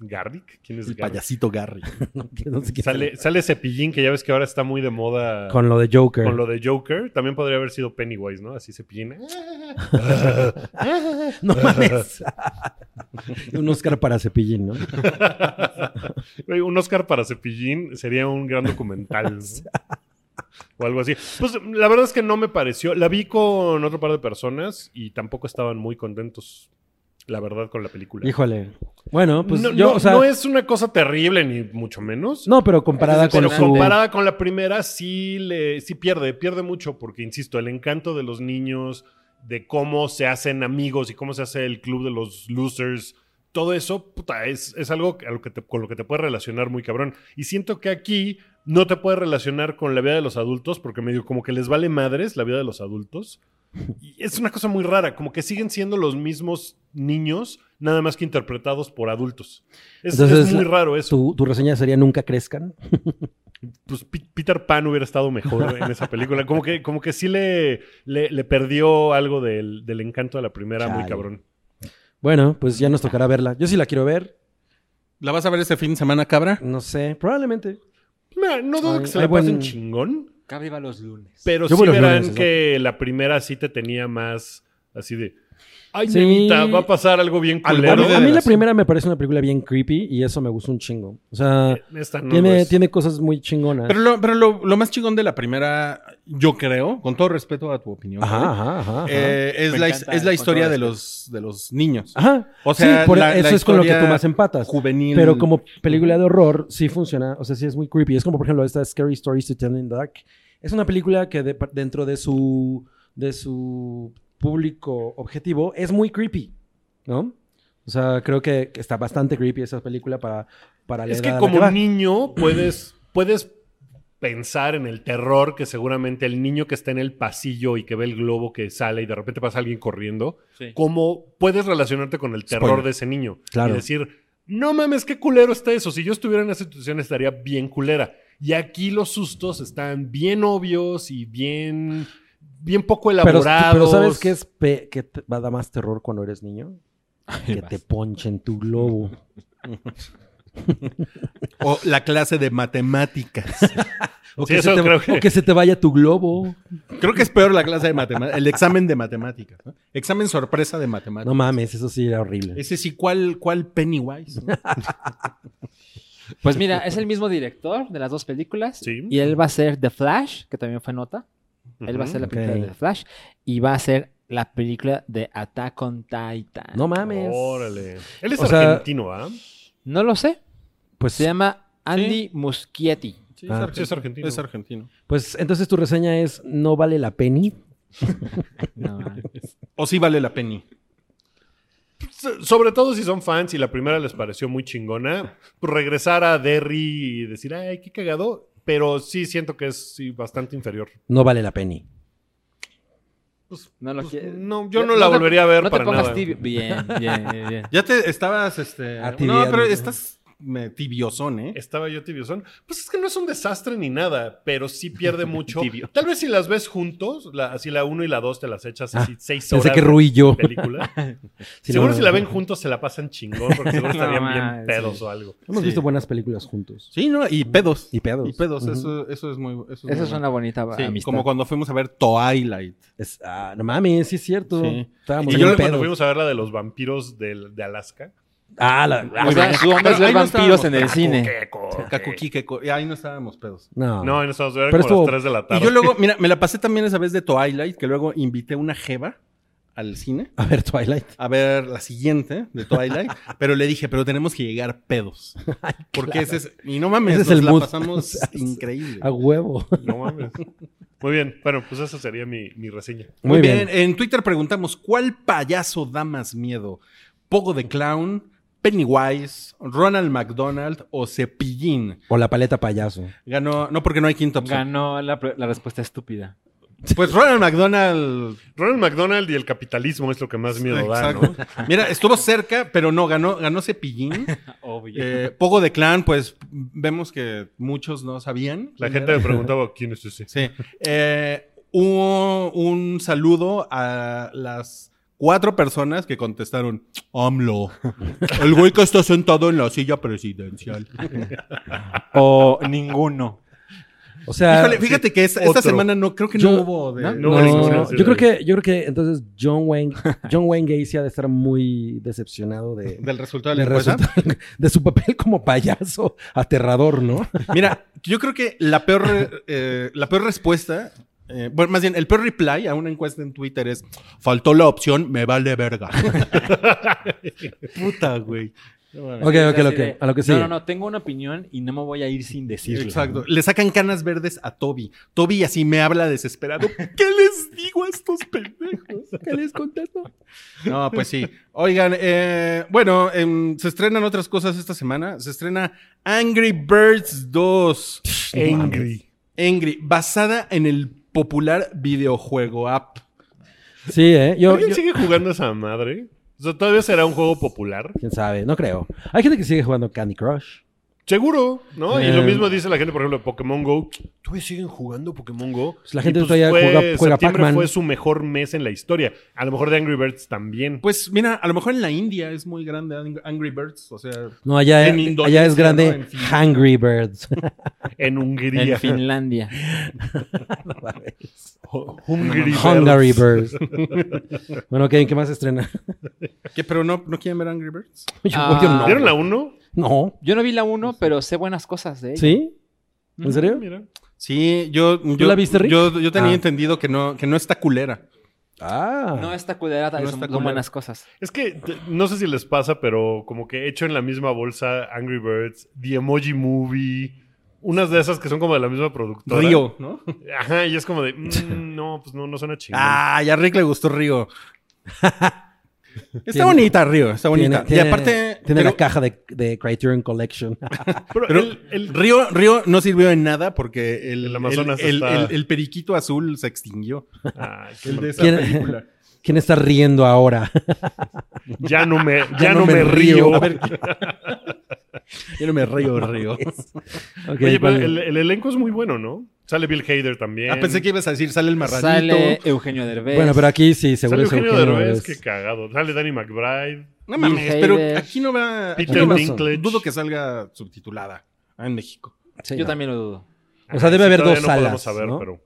B: Garrick. ¿Quién es
D: el
B: Garrick?
D: payasito Garrick.
E: No, no sé qué-
B: Sale, sale Cepillín, que ya ves que ahora está muy de moda con,
E: Con lo de Joker.
B: lo de Joker. También podría haber sido Pennywise, ¿no? Así Cepillín.
E: No mames. un Oscar para Cepillín, ¿no?
B: Güey, un Oscar para Cepillín sería un gran documental. ¿no? O algo así. Pues la verdad es que no me pareció. La vi con otro par de personas y tampoco estaban muy contentos, la verdad, con la película.
E: Híjole. Bueno, pues
B: no,
E: yo,
B: no-
E: o sea,
B: no es una cosa terrible, ni mucho menos.
E: no, pero comparada con
B: Pero
E: su...
B: comparada con la primera, sí, le, sí pierde, pierde mucho, porque insisto, el encanto de los niños, de cómo se hacen amigos y cómo se hace el club de los losers, todo eso, puta, es, es algo a lo que te- con lo que te puedes relacionar muy cabrón. Y siento que aquí no te puedes relacionar con la vida de los adultos, porque medio como que les vale madres la vida de los adultos. Y es una cosa muy rara, como que siguen siendo los mismos niños, nada más que interpretados por adultos. Es, es
E: Entonces,
B: muy raro eso.
E: Tu, tu reseña sería Nunca Crezcan.
B: pues Pi- Peter Pan hubiera estado mejor en esa película. Como que, como que sí le, le, le perdió algo del, del encanto de la primera, muy
E: Chale.
B: cabrón.
E: Bueno, pues ya nos tocará verla. Yo sí la quiero ver.
D: ¿La vas a ver este fin de semana, cabra?
E: No sé, probablemente.
B: Mira, no dudo
E: Ay,
B: que se
E: hay
B: la pasen
E: buen-
B: chingón,
C: Cabri va los lunes.
B: pero
E: Yo
B: sí
E: voy los
B: verán
E: lunes,
B: que la primera sí te tenía más así de. Ay,
E: Sí.
B: nenita, va a pasar algo bien
D: Al
E: A
B: culero.
E: mí,
D: borde
E: a
D: de
E: mí la
D: las-
E: primera me parece una película bien creepy y eso me gustó un chingo. O sea,
D: Eh,
B: Esta no lo
E: tiene,
B: es.
E: tiene cosas muy chingonas.
D: Pero, lo, pero lo, lo más chingón de la primera, yo creo, con todo respeto a tu opinión,
E: Ajá,
D: ¿vale?
E: ajá, ajá.
D: Eh, es,
C: Me
D: la,
C: encanta,
D: es la
C: con
D: historia
C: todo
D: de
C: respeto.
D: los, de los niños.
E: Ajá.
D: O sea,
E: Ah, sí, por
D: la-
E: eso
D: la
E: es con lo que tú
D: historia
E: más empatas.
D: Juvenil.
E: Pero como película de horror, sí funciona. O sea, sí es muy creepy. Es como, por ejemplo, esta Scary Stories to Tell in the Dark. Es una película que de- dentro de su, de su público objetivo es muy creepy, ¿no? O sea, creo que que está bastante creepy esa película para, para la
B: Es
E: edad
B: que
E: a la
B: como
E: va.
B: niño puedes, puedes pensar en el terror que seguramente el niño que está en el pasillo y que ve el globo que sale y de repente pasa alguien corriendo,
C: Sí.
B: cómo puedes relacionarte con el terror
D: Spoiler.
B: de ese niño.
E: Claro.
B: Y decir, no mames, qué culero está eso. Si yo estuviera en esa situación estaría bien culera. Y aquí los sustos están bien obvios y bien, bien poco
E: Pero,
B: elaborados.
E: pero ¿sabes qué es pe- que te va a dar más terror cuando eres niño? Que
C: vas.
E: te ponchen tu globo.
D: O la clase de matemáticas.
E: O,
B: Sí,
E: que,
B: eso
E: se te,
B: creo que-
E: o que se te vaya tu globo.
D: Creo que es peor la clase de matemáticas. El examen de matemáticas. ¿no? Examen sorpresa de
E: No
D: matemáticas.
E: mames, eso sí era horrible.
D: Ese sí, ¿cuál, cuál Pennywise?
E: Ah,
D: no?
C: Pues mira, es el mismo director de las dos películas.
B: Sí.
C: Y él va a ser The Flash, que también fue nota. Él va a ser la película
E: ok.
C: de The Flash. Y va a ser la película de Attack on Titan.
E: No mames.
B: Órale. Él es
E: O sea-
B: argentino, ¿ah?
C: No lo sé.
E: Pues
C: Se llama Andy Muschietti.
D: Sí,
E: Ah.
B: Sí, es argentino.
D: Es argentino.
E: Pues entonces tu reseña es no vale la penny.
C: No, mames.
D: O sí vale la penny.
B: So- Sobre todo si son fans y la primera les pareció muy chingona, pues regresar a Derry y decir, ay, qué cagado. Pero sí siento que es sí, bastante inferior.
E: No vale la penny.
C: no lo
B: Pues,
C: quiero.
B: no, yo no la volvería a ver
C: no te
B: para
C: pongas
B: nada.
C: tibio. Bien, bien, bien.
D: Ya te estabas, este...
E: Ah,
D: No,
E: tibiando.
D: pero estás me- tibiozón, ¿eh?
B: Estaba yo tibiozón. Pues es que no es un desastre ni nada, pero sí pierde mucho.
C: Tibio.
B: Tal vez si las ves juntos, la- así la 1 y la 2 te las echas así seis horas.
E: Ah, Pensé que
B: de
E: Rui y yo.
B: Película.
E: Sí,
B: seguro
E: no,
B: si
E: no,
B: la
E: no.
B: ven juntos se la pasan chingón porque seguro
C: No,
B: estarían
C: man,
B: bien pedos
C: sí.
B: o algo.
E: Hemos
D: Sí.
E: visto buenas películas juntos.
D: Sí, ¿no? Y pedos.
E: Y pedos.
D: Y pedos,
E: Ujú.
D: eso, eso es muy... Eso es, muy
C: Esa es
D: bueno.
C: una bonita
D: Sí,
C: amistad.
D: como cuando fuimos a ver Twilight.
E: Es- ah, no mames, sí es cierto.
D: Sí.
E: Estábamos
B: Y
E: en
B: yo
E: un
B: cuando
E: pedo.
B: fuimos a ver la de los vampiros del- de Alaska.
E: Ah, la- ah,
C: O sea, su onda es
D: Pero
C: ver
D: ahí no
C: vampiros
D: estábamos.
C: en el cine.
D: Oh, Kakuki, Keko- y ahí no estábamos pedos.
E: no.
B: No, en Estados Unidos
E: Ah. Pero
B: eran como
E: estuvo-
B: las 3 de la
D: Y
B: tarde.
D: yo luego, mira, me la pasé también esa vez de Twilight, que luego invité una jeva al cine
E: A ver, Twilight.
D: a ver la siguiente de Twilight, pero le dije, pero tenemos que llegar pedos. Porque ese es, y no mames,
E: Ese es
D: nos
E: el
D: la
E: mood.
D: pasamos
E: O sea, es-
D: increíble.
E: A huevo.
B: No mames. Muy bien. Bueno, pues esa sería mi, mi reseña.
E: Muy bien.
D: En Twitter preguntamos, ¿cuál payaso da más miedo? ¿Pogo de Clown, Pennywise, Ronald McDonald o Cepillín?
E: O la paleta payaso.
D: Ganó, no porque no hay quinto opción.
C: Ganó la, pre- la respuesta estúpida.
D: Pues Ronald McDonald
B: Ronald McDonald y el capitalismo es lo que más miedo da, ¿no?
D: Exacto. Mira, estuvo cerca, pero no, ganó, ganó Cepillín.
C: Ah, Obvio.
D: Eh, Pogo de Clan, pues vemos que muchos no sabían.
B: La
D: quién
B: gente
D: era.
B: me preguntaba quién es ese.
D: Sí. Eh, un, un saludo a las cuatro personas que contestaron AMLO. El güey que está sentado en la silla presidencial.
C: O ninguno.
E: O sea,
D: Híjole, fíjate que es- esta
B: Otro.
D: semana no, creo que
E: Yo-
D: no hubo de...
C: ¿no?
B: No,
E: no,
B: ninguna, sí,
E: yo creo
B: la
E: que yo creo que entonces John Wayne John Wayne Gacy ha de estar muy decepcionado de,
D: Del resultado de la
E: de,
D: encuesta.
E: resulta- de su papel como payaso aterrador, ¿no?
D: Mira, yo creo que la peor, eh, la peor respuesta, eh, bueno, más bien, el peor reply a una encuesta en Twitter es: faltó la opción, me vale verga. Puta, güey.
E: Ok, ok,
C: Así
E: ok.
C: de,
E: A lo que
C: No,
E: sigue.
C: no, no. Tengo una opinión y no me voy a ir sin decirla.
D: Exacto. Le sacan canas verdes a Toby. Toby así me habla desesperado. ¿Qué les digo a estos pendejos?
E: ¿Qué les contesto?
D: No, pues sí. Oigan, eh, bueno, em, se estrenan otras cosas esta semana. Se estrena Angry Birds 2.
B: Angry.
D: Angry, basada en el popular videojuego app.
E: Sí, eh. Yo,
B: ¿Alguien
E: yo-
B: sigue jugando esa madre? O sea, todavía será un juego popular.
E: quién sabe, no creo. Hay gente que sigue jugando Candy Crush.
B: Seguro, ¿no? Y
E: Eh.
B: lo mismo dice la gente, por ejemplo, de Pokémon Go. Todavía siguen jugando Pokémon Go.
E: Pues la gente
B: Y,
E: todavía
B: fue-
E: juega- juega
B: septiembre
E: Pac-Man.
B: fue su mejor mes en la historia. A lo mejor de Angry Birds también.
D: Pues mira, a lo mejor en la India es muy grande Ang- Angry Birds, o sea,
E: No, allá,
D: En Indonesia,
E: allá es grande
D: ¿no? En fin.
E: Hungry Birds.
B: en
C: En
B: Hungría.
C: Finlandia.
B: Hungry
E: Hungry
B: Birds.
E: Birds. bueno, Kevin, ¿qué más estrena?
D: que pero no no quieren ver Angry Birds.
E: Yo-
C: Ah.
E: yo no.
B: ¿Vieron la 1?
E: No.
C: Yo no vi la 1, pero sé buenas cosas de ella.
E: ¿Sí? ¿En serio?
B: Mira.
D: Sí, yo ¿Tú
E: la viste, Rick?
D: Yo, yo tenía
E: Ah.
D: entendido que no que no está culera.
E: Ah.
C: No está culerada,
D: No
C: son,
D: está
C: son
D: culera.
C: buenas cosas.
B: Es que t- no sé si les pasa, pero como que hecho en la misma bolsa Angry Birds, The Emoji Movie, unas de esas que son como de la misma productora.
D: Río, ¿no?
B: Ajá, y es como de, mm, no, pues no, no suena chingón.
D: Ah, ya a Rick le gustó Río. está
E: Tiene-
D: bonita Río, está
E: Tiene-
D: bonita.
E: tiene-
D: y aparte
E: Tiene
D: pero-
E: la caja de, de Criterion Collection.
B: pero
D: pero
B: el, el-
D: Río, Río no sirvió en nada porque el,
B: El Amazonas
D: el, el-
B: está-
D: el- el periquito azul se extinguió.
B: Ah, qué
D: El de esa
E: ¿Quién-
D: película.
E: ¿Quién está riendo ahora?
B: mal- ya no me, ya no me río.
E: A ver,
D: Yo no me río, Río.
E: ok,
B: Oye, pero
E: ¿cuál?
B: el, el elenco es muy bueno, ¿no? Sale Bill Hader también.
D: Ah, pensé que ibas a decir, sale el marranito.
C: Sale Eugenio Derbez.
E: bueno, pero aquí
B: Sale
E: sí, seguro es
B: eh, Eugenio,
E: Eugenio
B: Derbez,
E: Derbez.
B: qué cagado. Sale Danny McBride.
D: No
C: Bill
D: mames, pero
C: Hader.
D: aquí no va. aquí
B: Peter
D: no va-
B: Dinklage.
D: Dudo que salga subtitulada ah, en México.
E: Sí,
C: Yo
E: no.
C: también lo dudo.
E: O sea, debe haber
B: Ah, todavía
E: dos
B: no podemos
E: salas,
B: saber,
E: ¿no?
B: pero...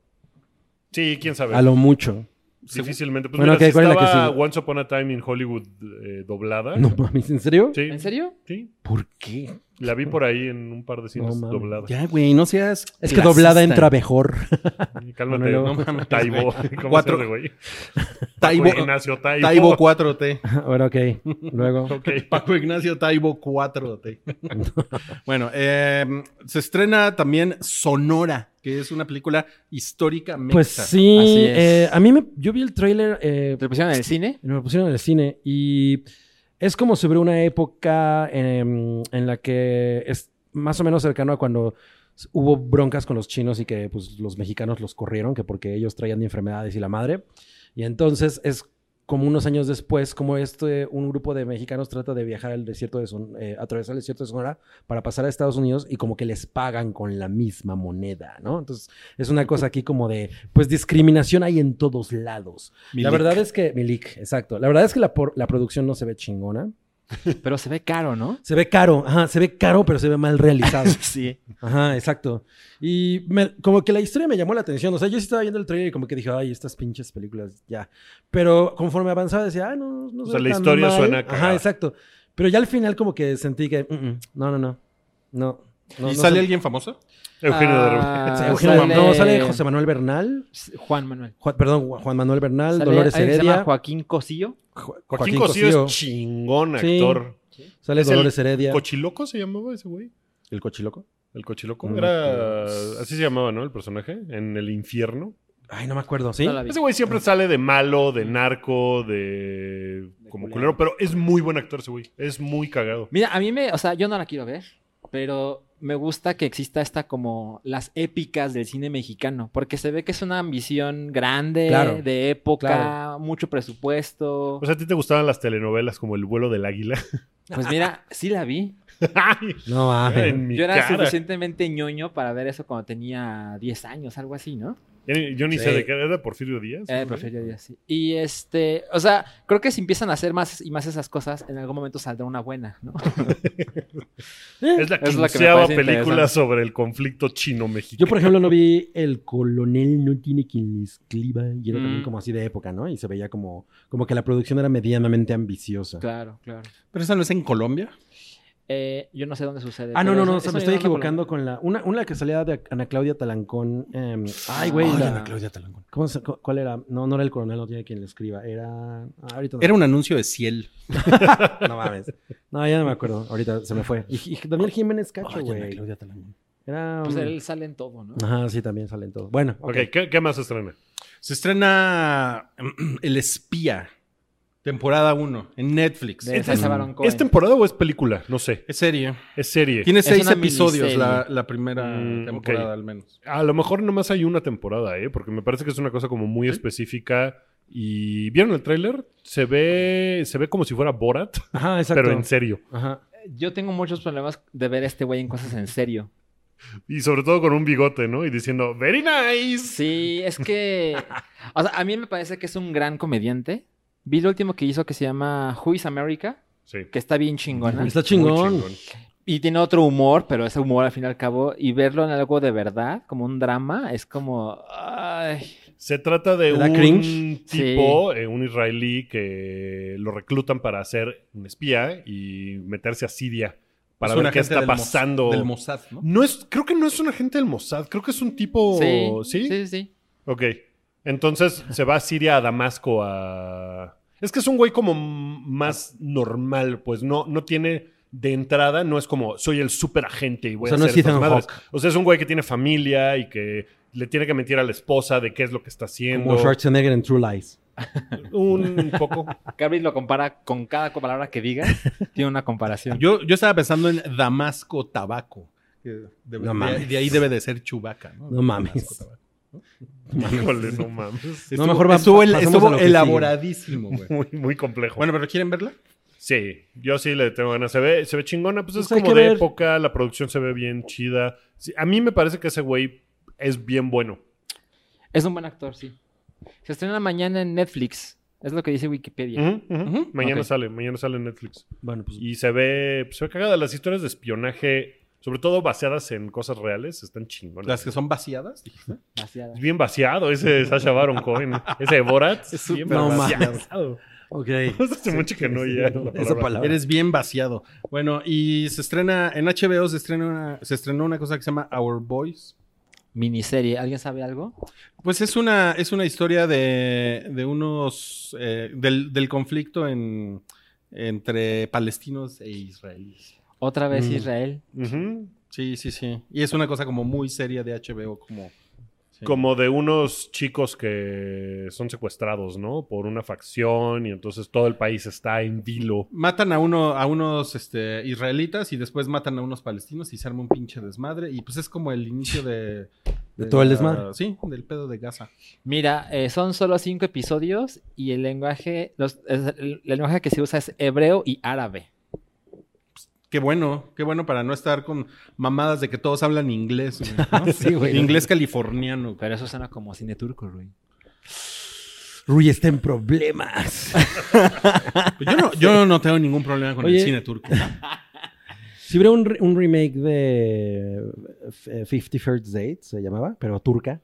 B: Sí, quién sabe.
E: A lo mucho.
B: Difícilmente. Pues
E: Bueno,
B: mira,
E: ok,
B: si
E: ¿cuál es la que
B: estaba
E: sigue?
B: Once Upon a Time in Hollywood eh, doblada.
E: No mames, ¿en serio?
B: Sí,
C: ¿En serio?
B: sí.
E: ¿Por qué?
B: La vi por ahí en un par de cines
E: mames.
B: doblada.
D: Ya, güey, no seas.
E: Es que doblada entra mejor.
B: Cálmate,
E: Bueno,
B: no
D: luego-
B: mames, Taibo. ¿Cómo
D: Cuatro.
B: se llama, güey?
D: Taibo,
B: Paco Ignacio Taibo.
D: Taibo 4T.
E: bueno, ok. Luego.
B: Ok.
D: Paco Ignacio Taibo 4T. bueno, eh, se estrena también Sonora, que es una película histórica mexa.
E: Pues sí,
C: Así es.
E: eh, a mí me, yo vi el tráiler, eh,
C: ¿Te lo pusieron en el cine?
E: me lo pusieron en el cine y es como sobre una época em, en la que es más o menos cercano a cuando s- hubo broncas con los chinos y que pues, los mexicanos los corrieron, que porque ellos traían enfermedades y la madre. Y entonces es como unos años después, como este, un grupo de mexicanos trata de viajar al desierto de Son eh, atravesar el desierto de Sonora para pasar a Estados Unidos y como que les pagan con la misma moneda, ¿no? Entonces, es una cosa aquí como de, pues discriminación hay en todos lados. La
D: Milik.
E: verdad es que, Milik, exacto. La verdad es que la, por- la producción no se ve chingona.
C: Pero se ve caro, ¿no?
E: Se ve caro, ajá, se ve caro, pero se ve mal realizado.
C: Sí.
E: Ajá, exacto. Y me- como que la historia me llamó la atención. O sea, yo sí estaba viendo el trailer y como que dije, ay, estas pinches películas, ya. Pero conforme avanzaba decía, ah, no, no
B: O
E: se
B: sea,
E: ve
B: la
E: tan
B: historia
E: mal.
B: suena cagada.
E: Ajá, exacto. Pero ya al final como que sentí que, "Mm, mm, no, no, no, no. no,
D: ¿Y
E: no
D: sale
E: se-
D: alguien famoso?
B: Eugenio Derbez.
E: Sí, Eugenio-
C: sale-
E: No, sale José Manuel Bernal,
C: Juan Manuel.
E: Juan- perdón, Juan Manuel Bernal,
C: Sale
E: Dolores
C: alguien que se llama
E: Heredia.
C: Joaquín Cosillo.
E: Jo-
B: Joaquín Cosío es chingón
E: Sí.
B: actor.
E: Sale
B: es el
E: Dolores Heredia.
B: ¿Cochiloco se llamaba ese güey?
E: ¿El cochiloco?
B: El cochiloco
E: No
B: era.
E: me acuerdo.
B: Así se llamaba, ¿no? El personaje. En el infierno.
E: Ay, no me acuerdo, ¿sí?
C: No la vi.
B: Ese güey siempre sale de malo, de narco, de. como culero. Pero es muy buen actor ese güey. Es muy cagado.
C: Mira, a mí me, o sea, yo no la quiero ver, pero me gusta que exista esta como las épicas del cine mexicano, porque se ve que es una ambición grande,
E: Claro,
C: de época,
E: claro.
C: mucho presupuesto.
B: O sea, ¿a ti te gustaban las telenovelas como El vuelo del águila?
C: Pues mira, sí la vi.
B: Ay,
E: No, mames.
B: en mi
C: Yo era
B: cara.
C: suficientemente ñoño para ver eso cuando tenía 10 años, algo así, ¿no?
B: Ya ni- Yo ni
E: Sí.
B: sé de qué era. ¿Era Porfirio Díaz?
C: Eh, prefería yo así. Y este, o sea, creo que si empiezan a hacer más y más esas cosas, en algún momento saldrá una buena, ¿no?
E: Eh,
B: Es la
C: Es la que me
B: quinceava
C: parece
B: película
C: interesante.
B: sobre el conflicto chino-mexicano.
E: Yo, por ejemplo, no vi El coronel no tiene quien les cliva. Y era también
C: Mm.
E: como así de época, ¿no? Y se veía como, como que la producción era medianamente ambiciosa.
C: Claro, claro.
D: Pero esa no es en Colombia.
C: Eh, yo no sé dónde sucede.
E: Ah, no,
C: pero
E: no, no,
C: eso-
E: se me
C: eso
E: estoy
C: yo no lo
E: equivocando con la... Una, una que salía de Ana Claudia Talancón. em, ay, güey.
D: Ay,
E: la-
D: Ana Claudia Talancón.
E: ¿cómo se- cu- ¿Cuál era? No, no era El coronel no tiene quien le escriba. Era... ah, ahorita no.
D: Era un anuncio de Ciel.
E: No mames. No, ya no me acuerdo. Ahorita se me fue. Y, y Daniel Jiménez Cacho,
D: Ay, Ana
E: güey.
D: Claudia Talancón.
E: Era...
C: Pues
E: un-
C: él sale en todo, ¿no?
E: Ajá, sí, también salen todos. Bueno,
B: Ok, ¿qué, qué más estrena?
D: Se estrena El Espía, temporada 1, en Netflix.
C: De
D: Es,
B: Este
C: Sacha
B: es-
C: Baron Cohen.
B: ¿Es temporada o es película? No sé.
D: serie.
B: Es serie.
D: Tiene
C: Es
D: seis
C: una
D: episodios
C: miniserie.
D: la, la primera
B: Mm,
D: temporada,
B: ok.
D: al menos.
B: A lo mejor nomás hay una temporada, ¿eh? Porque me parece que es una cosa como muy específica. Y ¿vieron el tráiler? Se ve, se ve como si fuera Borat,
E: Ajá, exacto.
B: pero en serio.
E: Ajá.
C: Eh, Yo tengo muchos problemas de ver a este güey en cosas en serio.
B: Y sobre todo con un bigote, ¿no? Y diciendo, very nice.
C: Sí, es que. O sea, a mí me parece que es un gran comediante. Vi lo último que hizo que se llama Who is America,
B: Sí.
C: que está bien chingona.
E: Está chingón.
B: Muy chingón.
C: Y tiene otro humor, pero ese humor al fin y al cabo, y verlo en algo de verdad, como un drama, es como. Ay,
B: Se trata de
E: ¿Te da
B: un
E: cringe?
B: tipo, eh, un israelí que lo reclutan para ser un espía y meterse a Siria para
D: Es un
B: ver qué
D: agente
B: está
D: del Mos-
B: pasando.
D: Del Mossad, ¿no?
B: No es, creo que no es un agente del Mossad, creo que es un tipo.
C: sí,
B: Oh, ¿Sí?
C: sí, sí, sí.
B: Ok. Entonces se va a Siria, a Damasco, a. Es que es un güey como m- más normal, pues no, no tiene. De entrada, no es como soy el super agente y voy
E: O sea,
B: a
E: no
B: hacer
E: es Ethan
B: estas madres.
E: Hawke.
B: O sea, es un güey que tiene familia y que le tiene que mentir a la esposa de qué es lo que está haciendo.
E: Como Schwarzenegger en True Lies.
B: Un poco.
C: Gabriel lo compara con cada palabra que diga, tiene una comparación.
D: Yo, yo estaba pensando en Damasco Tabaco. que debe-
E: No
D: de-
E: mames.
D: de ahí debe de ser Chubaca, ¿no?
E: No mames.
D: Damasco Tabaco.
B: Híjole, no mames.
D: Estuvo,
E: mejor va-
D: estuvo el-
E: pasemos
D: estuvo
E: a lo que sigue.
D: elaboradísimo, güey.
B: Muy, muy complejo.
D: Bueno, pero ¿quieren verla?
B: Sí, yo sí le tengo ganas. Se ve, se ve chingona, pues, es
E: Pues hay
B: como
E: que
B: de
E: ver.
B: época, la producción se ve bien chida. Sí, a mí me parece que ese güey es bien bueno.
C: Es un buen actor, sí. Se estrena mañana en Netflix. Es lo que dice Wikipedia.
B: Ujú, ujú.
D: Ujú.
B: Mañana
C: Ok.
B: sale, mañana sale en Netflix.
E: Bueno, pues
B: Y se ve, pues, se ve cagada. Las historias de espionaje, sobre todo baseadas en cosas reales, están chingonas.
D: Las que son vaciadas. dijiste.
C: Vaciada.
B: Es bien vaciado ese Sasha Baron Cohen. ese de Borat.
D: Es
B: bien
D: súper
E: No mames.
B: vaciado.
E: Ok.
B: Hace mucho que no ya. la
E: Esa
B: palabra.
E: palabra.
D: Eres bien vaciado. Bueno, y se estrena en HBO, se, estrena una- se estrenó una cosa que se llama Our Boys.
C: Miniserie. ¿Alguien sabe algo?
D: Pues es una, es una historia de, de unos. eh, del, del conflicto en, entre palestinos e israelíes.
C: Otra vez
E: Mm.
C: Israel.
B: Ujú.
D: Sí, sí, sí. Y es una cosa como muy seria de HBO, como. sí.
B: Como de unos chicos que son secuestrados, ¿no? Por una facción y entonces todo el país está en vilo.
D: Matan a uno, a unos este, israelitas y después matan a unos palestinos y se arma un pinche desmadre. Y pues es como el inicio de,
E: De todo el
D: la-
E: desmadre.
D: Sí, del pedo de Gaza.
C: Mira, eh, son solo cinco episodios y el lenguaje, los- es- el, el lenguaje que se usa es hebreo y árabe.
D: Qué bueno, qué bueno para no estar con mamadas de que todos hablan inglés. güey, ¿no?
E: Sí, güey.
D: Inglés californiano. güey.
C: Pero eso suena como cine turco, güey.
E: Rui está en problemas.
D: Pues Yo no, yo no tengo ningún problema con el
E: Oye.
D: cine turco.
E: Si hubiera un, re- un remake de eh, f- eh, Fifty First Date, se llamaba, pero turca.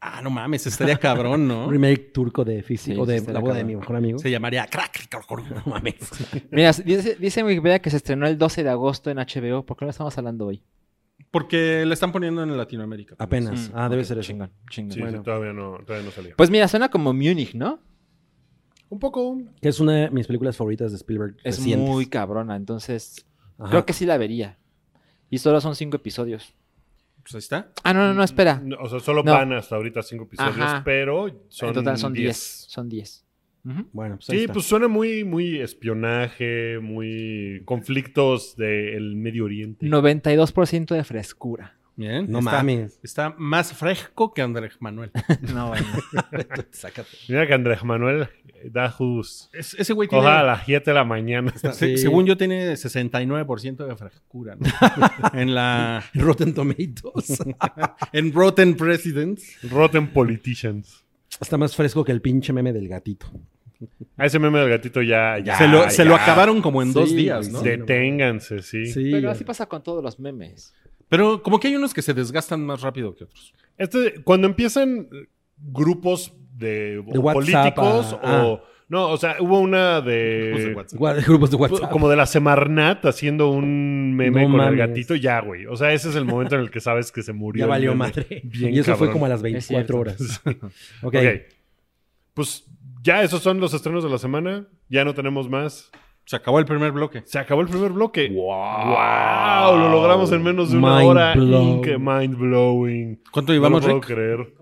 D: Ah, no mames, estaría cabrón, ¿no?
E: Un remake turco de Fifty,
C: Sí,
E: o de
C: sí,
E: La boda de
C: cabrón.
E: mi mejor amigo.
D: Se llamaría crack. crack, crack.
E: No mames.
C: Mira, dice, dice en Wikipedia que se estrenó el 12 de agosto en HBO. ¿Por qué no estamos hablando hoy?
D: Porque la están poniendo en Latinoamérica.
E: Apenas. Ah, debe
C: Ok,
E: ser eso.
C: Chingón, chingón.
B: Sí,
C: Bueno.
B: sí, todavía no, todavía no salía.
C: Pues mira, suena como Munich, ¿no?
B: Un poco.
E: Que es una de mis películas favoritas de Spielberg.
C: Es
E: recientes.
C: muy cabrona, entonces
E: Ajá.
C: creo que sí la vería. Y solo son cinco episodios.
D: Pues ahí está.
C: Ah, no, no,
B: Mm,
C: no, espera.
B: No, O sea, solo
C: No.
B: van hasta ahorita cinco episodios,
C: Ajá.
B: pero son
C: en total son 10.
B: 10.
C: Son 10. Ujú.
E: Bueno, pues ahí
B: Sí,
E: está.
B: pues suena muy, muy espionaje, muy conflictos del Medio Oriente.
C: 92% de frescura.
D: Bien,
E: No
D: está-
E: mames.
D: Está más fresco que Andrés Manuel.
C: No, bueno.
E: Sácate.
B: Mira que Andrés Manuel Dajus.
D: Es- ese güey tiene.
B: Ojalá a las 7 de la mañana.
D: se-
E: Sí.
D: Según yo, tiene 69% de frescura. ¿no? en la.
E: Rotten Tomatoes.
D: En Rotten Presidents.
B: Rotten Politicians.
E: Está más fresco que el pinche meme del gatito.
B: A ese meme del gatito ya. ya
D: se lo, se lo
B: ya.
D: acabaron como en
E: Sí,
D: dos días,
E: güey,
D: ¿no?
E: sí.
B: Deténganse, sí.
C: Pero así pasa con todos los memes.
D: Pero como que hay unos que se desgastan más rápido que otros.
B: Este, cuando empiezan eh, grupos de,
E: De
B: o
E: WhatsApp,
B: políticos
E: ah,
B: o. No, o sea, hubo una
D: Los Pues
E: Eh,
D: de
B: de.
D: WhatsApp.
E: Gua- grupos de WhatsApp.
B: Como de la Semarnat haciendo un meme
E: No
B: con el
E: mames.
B: gatito, ya, güey. O sea, ese es el momento en el que sabes que se murió.
E: ya
B: el
E: valió
B: meme.
E: madre.
B: Bien
E: y eso
B: cabrón.
E: fue como a las
C: Es cierto.
E: 24 horas. ok.
B: ok. Pues ya esos son los estrenos de la semana. Ya no tenemos más.
D: Se acabó el primer bloque.
B: Se acabó el primer bloque. ¡Wow! Lo logramos en menos de una
E: Mind
B: hora.
E: blow.
B: Inque- Mind blowing.
D: ¿Cuánto
B: No lo
D: llevamos,
B: puedo
D: Rick?
B: creer.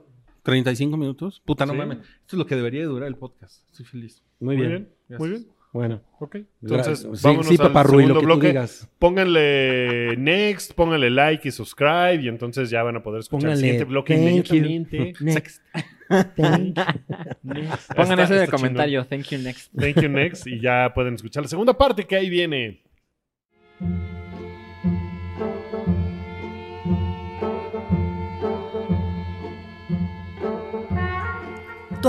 D: 35 minutos. Puta, no
B: Sí.
D: mames. Esto es lo que debería durar el podcast. Estoy feliz.
E: Muy
B: Muy
E: bien.
B: bien. Muy bien.
E: Bueno.
B: Ok. Entonces,
E: Gra- sí,
B: vámonos
E: sí,
B: al
E: papá Rui,
B: segundo
E: lo que tú
B: bloque.
E: digas.
B: Pónganle next, pónganle like y subscribe y entonces ya van a poder escuchar el
E: Pónganle
B: siguiente bloque
E: thank you.
B: inmediatamente.
E: Next. Thank you.
B: Next.
C: Pongan
B: Está-
C: eso en el
B: está chingón.
C: comentario. Thank you next.
B: Thank you next y ya pueden escuchar la segunda parte que ahí viene.
F: Tu